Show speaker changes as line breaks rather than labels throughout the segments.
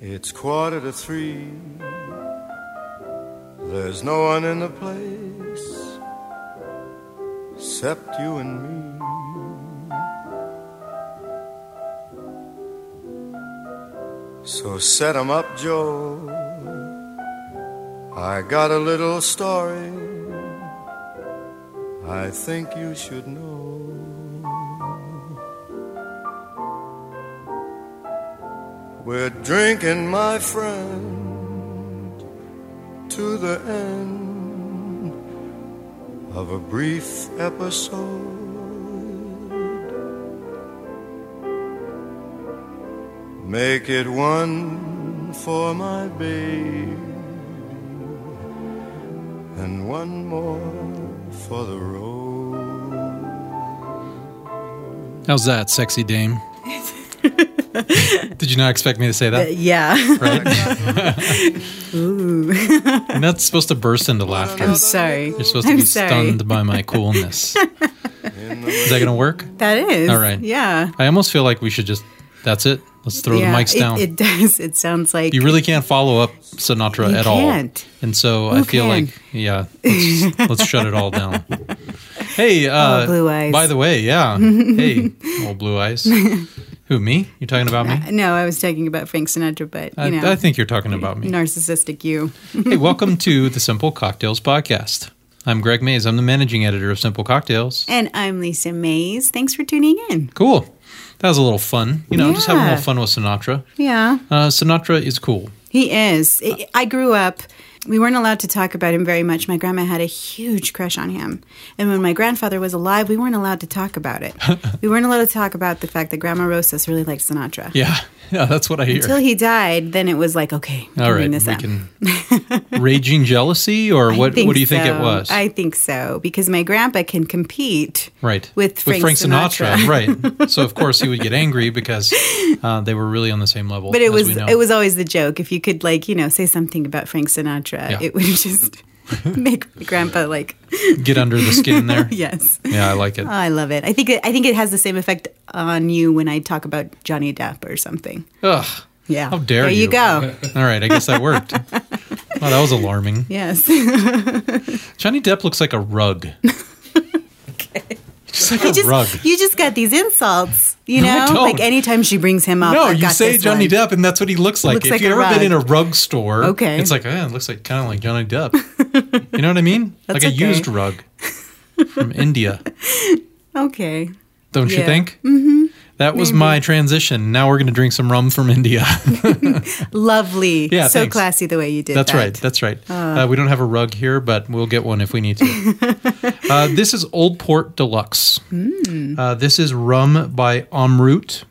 It's quarter to three. There's no one in the place except you and me. So set 'em up, Joe. I got a little story I think you should know. We're drinking, my friend, to the end of a brief episode. Make it one for my babe and one more for the road.
How's that, sexy dame? Did you not expect me to say that?
Yeah.
Right?
Uh, Ooh.
And that's supposed to burst into laughter.
I'm sorry.
You're supposed to
I'm
be
sorry.
stunned by my coolness. Is that going to work?
That is.
All right.
Yeah.
I almost feel like we should just, that's it. Let's throw
yeah.
the mics
it,
down.
It does. It sounds like
you really can't follow up Sinatra
You
at
can't.
all. And so
Who
I feel
can?
like, yeah, let's, let's shut it all down. Hey, uh,
Blue Eyes.
by the way, yeah. Hey, old blue eyes. Who, me? You're talking about me?
No, I was talking about Frank Sinatra, but you know,
I, I think you're talking about me.
narcissistic you.
hey, welcome to the Simple Cocktails podcast. I'm Greg Mays. I'm the managing editor of Simple Cocktails.
And I'm Lisa Mays. Thanks for tuning in.
Cool. That was a little fun. You know, just having a
Yeah.
little fun with Sinatra.
Yeah,
Uh, Sinatra is cool.
he is. I I grew up. We weren't allowed to talk about him very much. My grandma had a huge crush on him. And when my grandfather was alive, we weren't allowed to talk about it. we weren't allowed to talk about the fact that Grandma Rosas really liked Sinatra.
Yeah, yeah, that's what I hear.
Until he died, then it was like, okay,
All right,
bring this
we
up.
can. Raging jealousy, or
I
what? What do you think it
so.
was?
I think so because my grandpa can compete.
right
with Frank Sinatra.
right? So of course he would get angry because uh, they were really on the same level.
But it
as
was
we know.
it was always the joke. If you could like you know say something about Frank Sinatra,
Yeah.
it would just make grandpa like
get under the skin there.
yes.
yeah, I like it.
Oh, I love it. I think it, I think it has the same effect on you when I talk about Johnny Depp or something.
Ugh.
Yeah.
How dare
there
you. Uh,
you go.
All right, I guess that worked. Wow, that was alarming.
Yes.
Johnny Depp looks like a rug. Just like a
you just
rug.
you just got these insults, you
No, I
know?
don't.
Like anytime she brings him up,
No,
I've
you
got
say
this
Johnny
one.
Depp, and that's what he looks like.
Looks
if
like
you've
a
ever been
rug.
in a rug store,
Okay.
it's like eh, it looks like kind of like Johnny Depp. You know what I mean? like
That's
a
okay.
used rug from India,
Okay.
don't you
Yeah.
think? Mm-hmm. That was my transition. Now we're going to drink some rum from India.
Lovely.
Yeah,
so
thanks.
classy the way you did
That's
that. Ah.
right. That's right. Uh, we don't have a rug here, but we'll get one if we need to. uh, this is Old Port Deluxe.
Hmm.
Uh, this is rum by Omroot.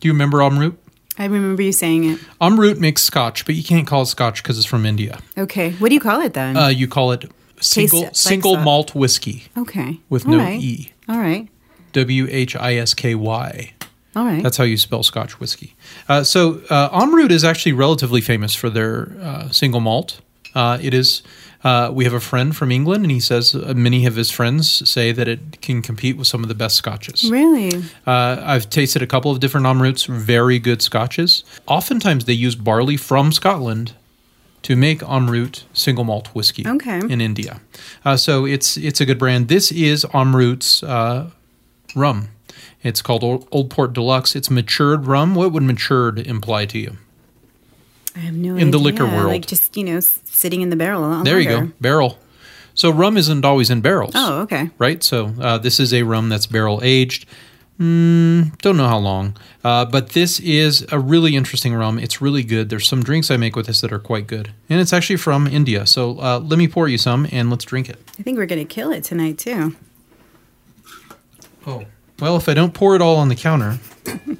Do you remember Omroot?
I remember you saying it.
Omroot makes scotch, but you can't call it scotch because it's from India.
Okay. What do you call it then?
Uh, you call it single
Hmm. it, like
single
so.
malt whiskey
okay.
with
All
no
right.
E.
All right.
W H I S K Y.
All right.
That's how you spell Scotch whiskey. Uh, so uh, Omroot is actually relatively famous for their uh, single malt. Uh, it is. Uh, we have a friend from England, and he says uh, many of his friends say that it can compete with some of the best scotches.
really
Uh, I've tasted a couple of different Omroots, very good scotches. Oftentimes, they use barley from Scotland to make Omroot single malt whiskey
Okay.
in India. Uh, so it's it's a good brand. This is Omroot's uh, rum. It's called Old, Old Port Deluxe. It's matured rum. What would matured imply to you?
I have no
In the liquor
idea.
world.
Like just you know s- sitting in the barrel a lot
There you
longer.
go, barrel. So rum isn't always in barrels.
Oh, okay.
right? So uh, this is a rum that's barrel aged. Mm, don't know how long, uh, but this is a really interesting rum. It's really good. There's some drinks I make with this that are quite good, and it's actually from India. So uh, let me pour you some and let's drink it.
I think we're gonna kill it tonight too.
Oh, well, if I don't pour it all on the counter,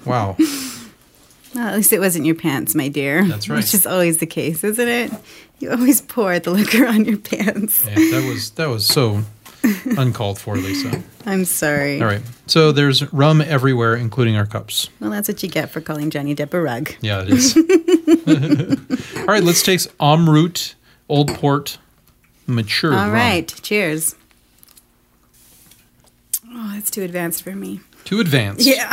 wow,
Well, at least it wasn't your pants, my dear.
That's right.
Which is always the case, isn't it? You always pour the liquor on your pants.
Yeah, that was that was so uncalled for, Lisa.
I'm sorry.
All right, so there's rum everywhere, including our cups.
Well, that's what you get for calling Johnny Depp a rug.
Yeah, it is. All right, let's taste Omroot Old Port Mature.
All
rum.
right. Cheers. Oh, that's too advanced for me.
Too advanced.
Yeah.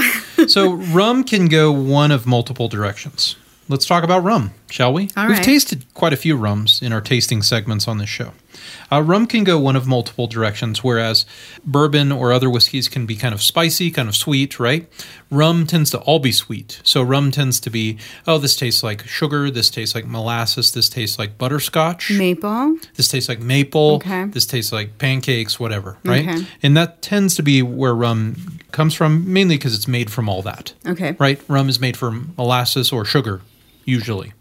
so rum can go one of multiple directions. let's talk about rum, shall we?
All
We've
right.
tasted quite a few rums in our tasting segments on this show. Uh, rum can go one of multiple directions, whereas bourbon or other whiskeys can be kind of spicy, kind of sweet, right? Rum tends to all be sweet. So rum tends to be, oh, this tastes like sugar, this tastes like molasses, this tastes like butterscotch.
Maple.
This tastes like maple.
Okay.
This tastes like pancakes, whatever, right?
Okay.
And that tends to be where rum comes from, mainly because it's made from all that,
Okay.
right? Rum is made from molasses or sugar, usually.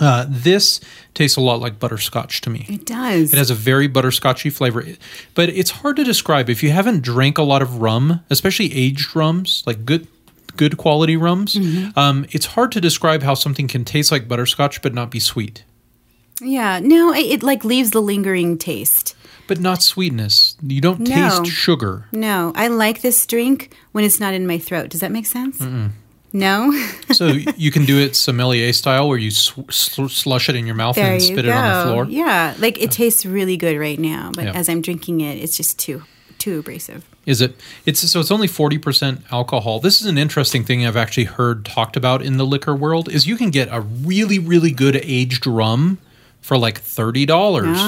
Uh, this tastes a lot like butterscotch to me.
It does.
It has a very butterscotchy flavor, It- but it's hard to describe if you haven't drank a lot of rum, especially aged rums, like good good quality rums.
Mm-hmm.
Um, it's hard to describe how something can taste like butterscotch but not be sweet.
yeah. No, it, it like leaves the lingering taste.
But not sweetness. You don't
No.
taste sugar.
No, I like this drink when it's not in my throat. Does that make sense? No.
So you can do it sommelier style where you sw- sl- slush it in your mouth
There
and
you
spit
go.
it on the floor.
Yeah, like it tastes really good right now, but
Yeah.
as I'm drinking it, it's just too too abrasive.
Is it? It's so it's only forty percent alcohol. This is an interesting thing I've actually heard talked about in the liquor world. Is you can get a really really good aged rum for like thirty dollars,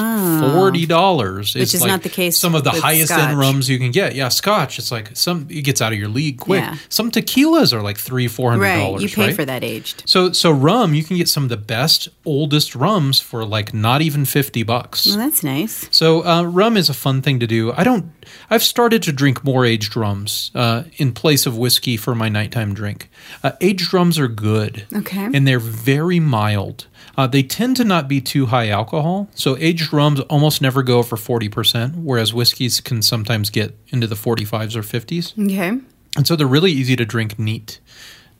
forty dollars. Which
Ah. is not the case
Some of the
with
highest
scotch.
end rums you can get. Yeah, Scotch. It's like some it gets out of your league quick.
Yeah.
Some tequilas are like three four hundred
Right,
dollars.
you pay for that aged.
So so rum, you can get some of the best, oldest rums for like not even fifty bucks.
Well, that's nice.
So uh, rum is a fun thing to do. I don't. I've started to drink more aged rums uh, in place of whiskey for my nighttime drink. Uh, aged rums are good.
Okay.
And they're very mild. Uh, they tend to not be too high alcohol. So aged rums almost never go over forty percent, whereas whiskeys can sometimes get into the forty fives or fifties.
Okay,
And so they're really easy to drink neat,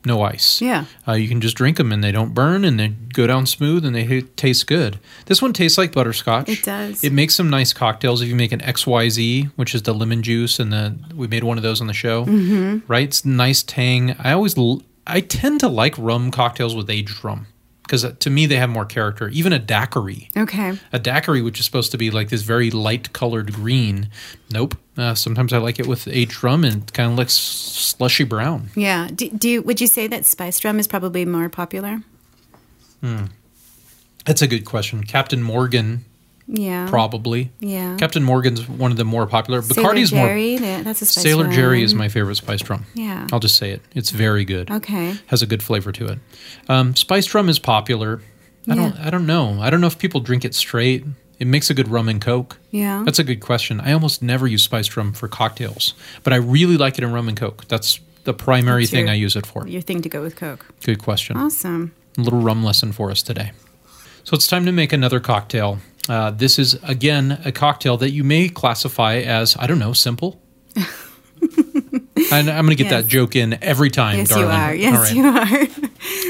no ice.
Yeah.
Uh, you can just drink them and they don't burn and they go down smooth and they ha- taste good. This one tastes like butterscotch.
It does.
It makes some nice cocktails if you make an XYZ, which is the lemon juice and the we made one of those on the show. Mm-hmm. Right? It's nice tang. I always l- I tend to like rum cocktails with aged rum because to me they have more character. Even a daiquiri
okay.
a daiquiri, which is supposed to be like this very light colored green. Nope. Uh, sometimes I like it with aged rum and it kind of looks slushy brown.
Yeah. Do, do you, would you say that spiced rum is probably more popular?
That's a good question. Captain Morgan,
Yeah.
probably.
Yeah.
Captain Morgan's one of the more popular.
Oh. Sailor
Bacardi's more.
Jerry, that- that's a spiced
Sailor
rum.
Jerry is my favorite spiced rum.
Yeah.
I'll just say it. It's very good.
Okay.
Has a good flavor to it. Um, spiced rum is popular. I don't. I don't know. I don't know if people drink it straight. It makes a good rum and coke.
Yeah.
That's a good question. I almost never use spiced rum for cocktails, but I really like it in rum and coke. That's the primary
That's
thing
your- Oh,
I use it for.
Your thing to go with Coke.
Good question.
Awesome.
A little rum lesson for us today. So it's time to make another cocktail. Uh, this is again a cocktail that you may classify as I don't know simple. and I'm going to get
Yes.
that joke in every time,
Yes,
darling.
you are.
All
Yes,
right.
you are.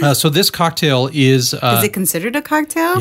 Uh, so this cocktail is uh,
is it considered a cocktail?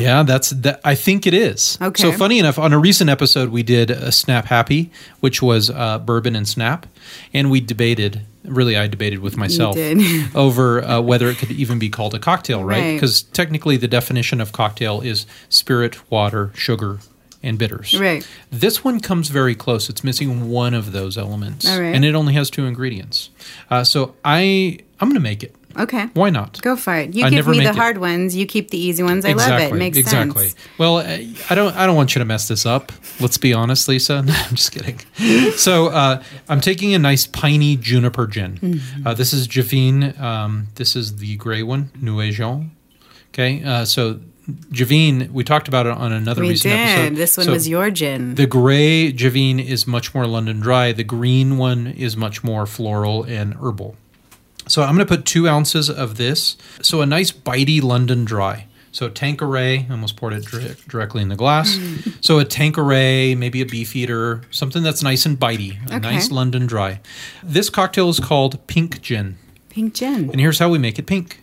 Yeah, that's that. I think it is.
Okay.
So funny enough, on a recent episode, we did a Snap Happy, which was uh, bourbon and snap, and we debated. Really, I debated with myself
did.
over uh, whether it could even be called a cocktail, right?
Right.
Because technically, the definition of cocktail is spirit, water, sugar, and bitters.
Right.
This one comes very close. It's missing one of those elements,
All right.
and it only has two ingredients. Uh, so I, I'm going to make it.
Okay.
Why not?
Go for it. You
I
give
never
me the
make it.
hard ones. You keep the easy ones. I love it. Makes
exactly.
sense.
Well, I I don't. I don't want you to mess this up. Let's be honest, Lisa. No, I'm just kidding. So uh, I'm taking a nice piney juniper gin.
Mm-hmm.
Uh, this is Javine. Um, this is the gray one, Nuagion. Okay. Uh, so Javine, we talked about it on another
We
recent
did.
episode.
This one
So
was your gin.
The gray Javine is much more London dry. The green one is much more floral and herbal. So I'm going to put two ounces of this. So a nice bitey London dry. So Tanqueray, I almost poured it dir- directly in the glass. so a Tanqueray, maybe a Beefeater, something that's nice and bitey, a nice London dry. This cocktail is called pink gin.
Pink gin.
And here's how we make it pink.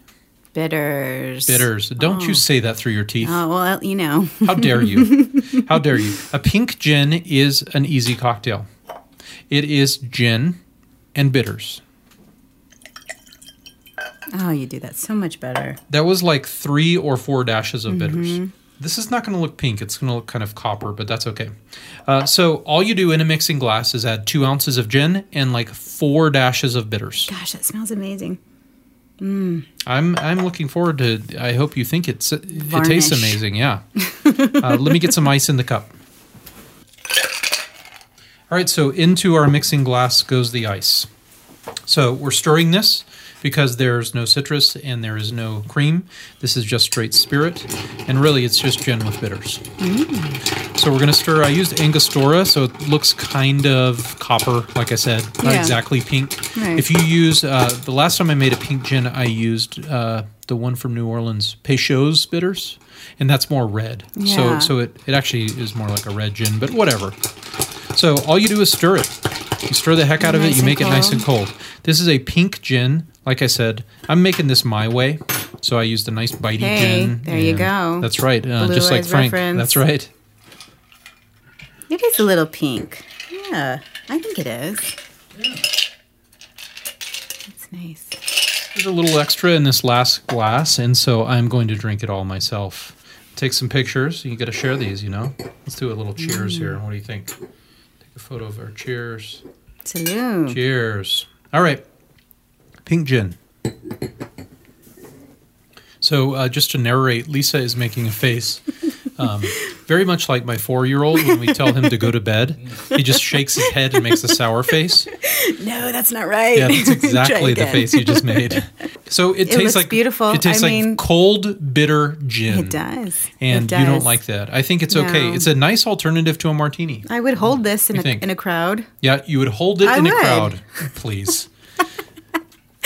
Bitters.
Bitters. Don't you say that through your teeth.
Oh, well, you know.
How dare you? How dare you? A pink gin is an easy cocktail. It is gin and bitters.
Oh, you do that so much better.
That was like three or four dashes of bitters. This is not going to look pink. It's going to look kind of copper, but that's okay. Uh, so all you do in a mixing glass is add two ounces of gin and like four dashes of bitters.
Gosh, that smells amazing.
I'm I'm looking forward to. I hope you think it's it tastes
Varnish.
amazing. Yeah. uh, let me get some ice in the cup. All right, so into our mixing glass goes the ice. So we're stirring this because there's no citrus and there is no cream. This is just straight spirit, and really it's just gin with bitters.
Mm.
So we're going to stir. I used Angostura, so it looks kind of copper, like I said, not
Yeah.
exactly pink.
Right.
If you use uh, the last time I made a pink gin, I used uh, the one from New Orleans, Peychaud's bitters, and that's more red. So
Yeah.
so it it actually is more like a red gin, but whatever. So all you do is stir it. You stir the heck out of it.
Nice
You
and
make it nice and cold. This is a pink gin. Like I said, I'm making this my way. So I used a nice bitey
Hey,
gin.
there you
and-
go.
That's right. Uh,
Blue
just like
Eyes
Frank.
reference.
That's right.
It is a little pink. Yeah, I think it is. That's nice.
There's a little extra in this last glass, and so I'm going to drink it all myself. Take some pictures. You got to share these, you know. Let's do a little cheers here. What do you think? Take a photo of our cheers.
Salute.
Cheers. All right. Pink gin. So, uh, just to narrate, Lisa is making a face. Um, very much like my four year old when we tell him to go to bed. He just shakes his head and makes a sour face.
No, that's not right.
Yeah, that's
Try
exactly the
again.
face you just made. So it, tastes
looks
like
beautiful.
It tastes
I
like
mean-
cold bitter gin.
It does.
And
it does.
you don't like that. I think it's okay.
No.
It's a nice alternative to a martini.
I would hold this in
You
a,
think?
in a crowd.
Yeah, you would hold it
I
in a
would.
crowd, please.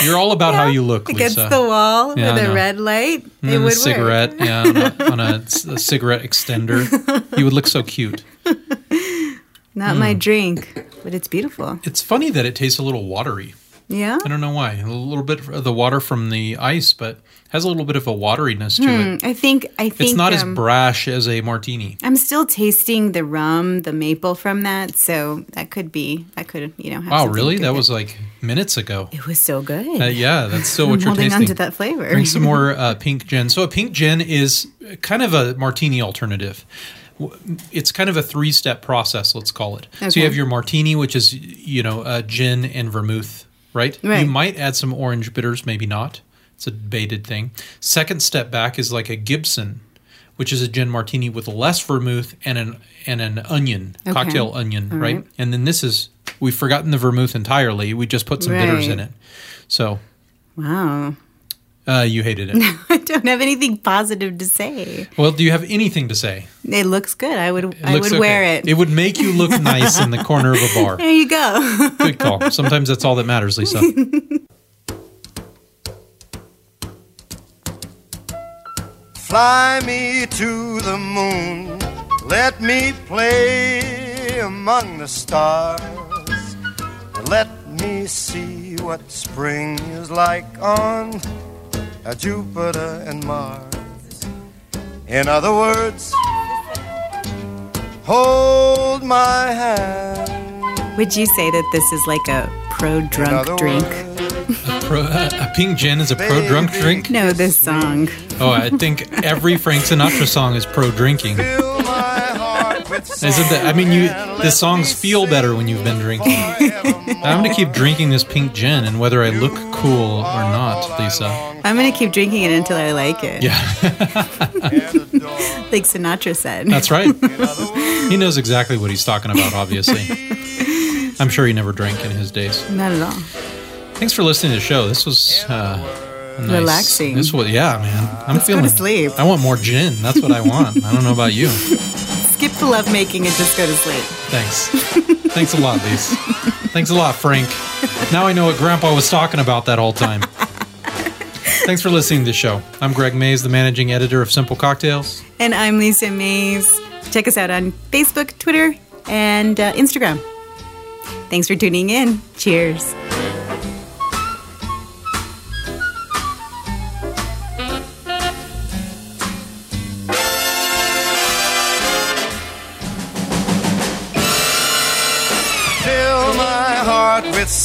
You're all about how you look,
against
Lisa.
the wall
Yeah, I
with
know.
a red light.
And
it
then
would
a cigarette, yeah, on a, on a c- a cigarette extender. You would look so cute.
work. Not
Mm.
my drink, but it's beautiful.
It's funny that it tastes a little watery.
Yeah.
I don't know why. A little bit of the water from the ice, but has a little bit of a wateriness to it.
I think I think
It's not as
um,
brash as a martini.
I'm still tasting the rum, the maple from that, so that could be that could you know. Have
Wow,
something
really?
to do
That
with
was like minutes ago.
it. It was so good.
Uh, yeah, that's still what
I'm
you're
holding
tasting.
on to that flavor.
Drink some more uh, pink gin. So a pink gin is kind of a martini alternative. W- It's kind of a three-step process, let's call it. So
Okay.
you have your martini, which is you know uh, gin and vermouth, right?
Right.
You might add some orange bitters, maybe not. It's a debated thing. Second step back is like a Gibson, which is a gin martini with less vermouth and an and an onion
Okay.
cocktail onion, right?
right.
And then this is we've forgotten the vermouth entirely. We just put some bitters in
Right.
it. So
Wow,
uh, you hated it.
I don't have anything positive to say.
Well, do you have anything to say?
It looks good. I would
It
I would
looks okay.
wear it.
It would make you look nice in the corner of a bar.
there you go.
Good call. Sometimes that's all that matters, Lisa.
Fly me to the moon. Let me play among the stars. And let me see what spring is like on a Jupiter and Mars. In other words, hold my hand.
would you say that this is like a pro
In other
drunk drink?
words,
Pro, uh, a pink gin is a pro drunk drink.
No, this song.
Oh, I think every Frank Sinatra song is pro drinking.
fill my heart with
Isn't that? I mean, you.
song and
The
let
songs
me
feel
sing
better when you've been drinking.
forevermore.
I'm gonna keep drinking this pink gin, and whether I look cool or not, Lisa.
I'm gonna keep drinking it until I like it.
Yeah,
Like Sinatra said.
that's right. He knows exactly what he's talking about. Obviously, I'm sure he never drank in his days.
Not at all.
Thanks for listening to the show. This was uh, nice.
Relaxing.
This was yeah, man. I'm
go
feeling
to sleep.
I want more gin. That's what I want. I don't know about you.
Skip the lovemaking and just go to sleep.
Thanks. Thanks a lot, Lise. Thanks a lot, Frank. Now I know what Grandpa was talking about that whole time. Thanks for listening to the show. I'm Greg Mays, the managing editor of Simple Cocktails.
And I'm Lisa Mays. Check us out on Facebook, Twitter, and uh, Instagram. Thanks for tuning in. Cheers.
Fill my heart with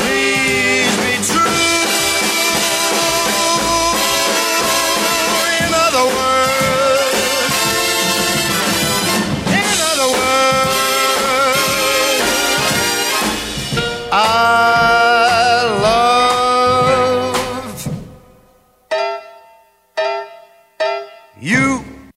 please be true. I